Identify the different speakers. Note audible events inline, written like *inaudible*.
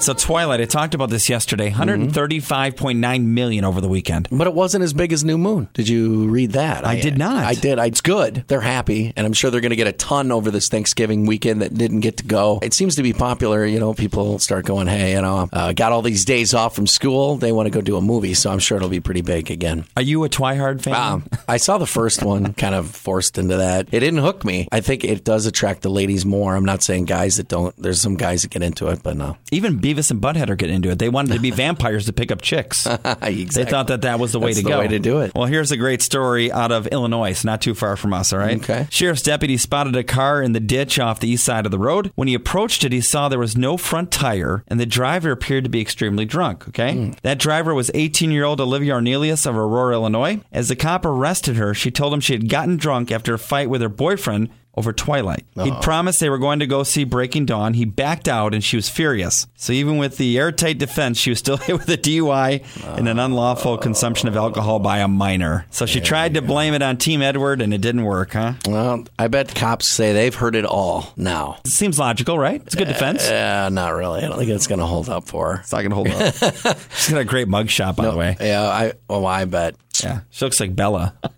Speaker 1: So Twilight, I talked about this yesterday. 135.9 million over the weekend.
Speaker 2: But it wasn't as big as New Moon. Did you read that?
Speaker 1: I did not.
Speaker 2: I did. I- It's good. They're happy, and I'm sure they're going to get a ton over this Thanksgiving weekend that didn't get to go. It seems to be popular. You know, people start going, "Hey, you know, uh, got all these days off from school. They want to go do a movie." So I'm sure it'll be pretty big again.
Speaker 1: Are you a Twihard fan?
Speaker 2: Um, I saw the first one, kind of forced into that. It didn't hook me. I think it does attract the ladies more. I'm not saying guys that don't. There's some guys that get into it, but no. *laughs*
Speaker 1: Even Beavis and Butthead are getting into it. They wanted to be vampires to pick up
Speaker 2: *laughs*
Speaker 1: chicks. They
Speaker 2: Exactly.
Speaker 1: thought that that was the way
Speaker 2: That's
Speaker 1: to
Speaker 2: the
Speaker 1: go.
Speaker 2: way to do it.
Speaker 1: Well, here's a great story out of Illinois. It's not too far from us, all right?
Speaker 2: Okay.
Speaker 1: Sheriff's deputy spotted a car in the ditch off the east side of the road. When he approached it, he saw there was no front tire, and the driver appeared to be extremely drunk, okay? That driver was 18 year old Olivia Arnelius of Aurora, Illinois. As the cop arrested her, she told him she had gotten drunk after a fight with her boyfriend. Over Twilight. He'd promised they were going to go see Breaking Dawn. He backed out and she was furious. So, even with the airtight defense, she was still *laughs* hit with a DUI and an unlawful consumption of alcohol by a minor. So, she tried to blame it on Team Edward and it didn't work, huh?
Speaker 2: Well, I bet cops say they've heard it all now.
Speaker 1: Seems logical, right? It's a good defense.
Speaker 2: Uh, not really. I don't think it's going to hold up for her.
Speaker 1: It's not going to hold up. She's got a great mug shot, by the way.
Speaker 2: Yeah, I. Oh, I bet.
Speaker 1: Yeah. She looks like Bella.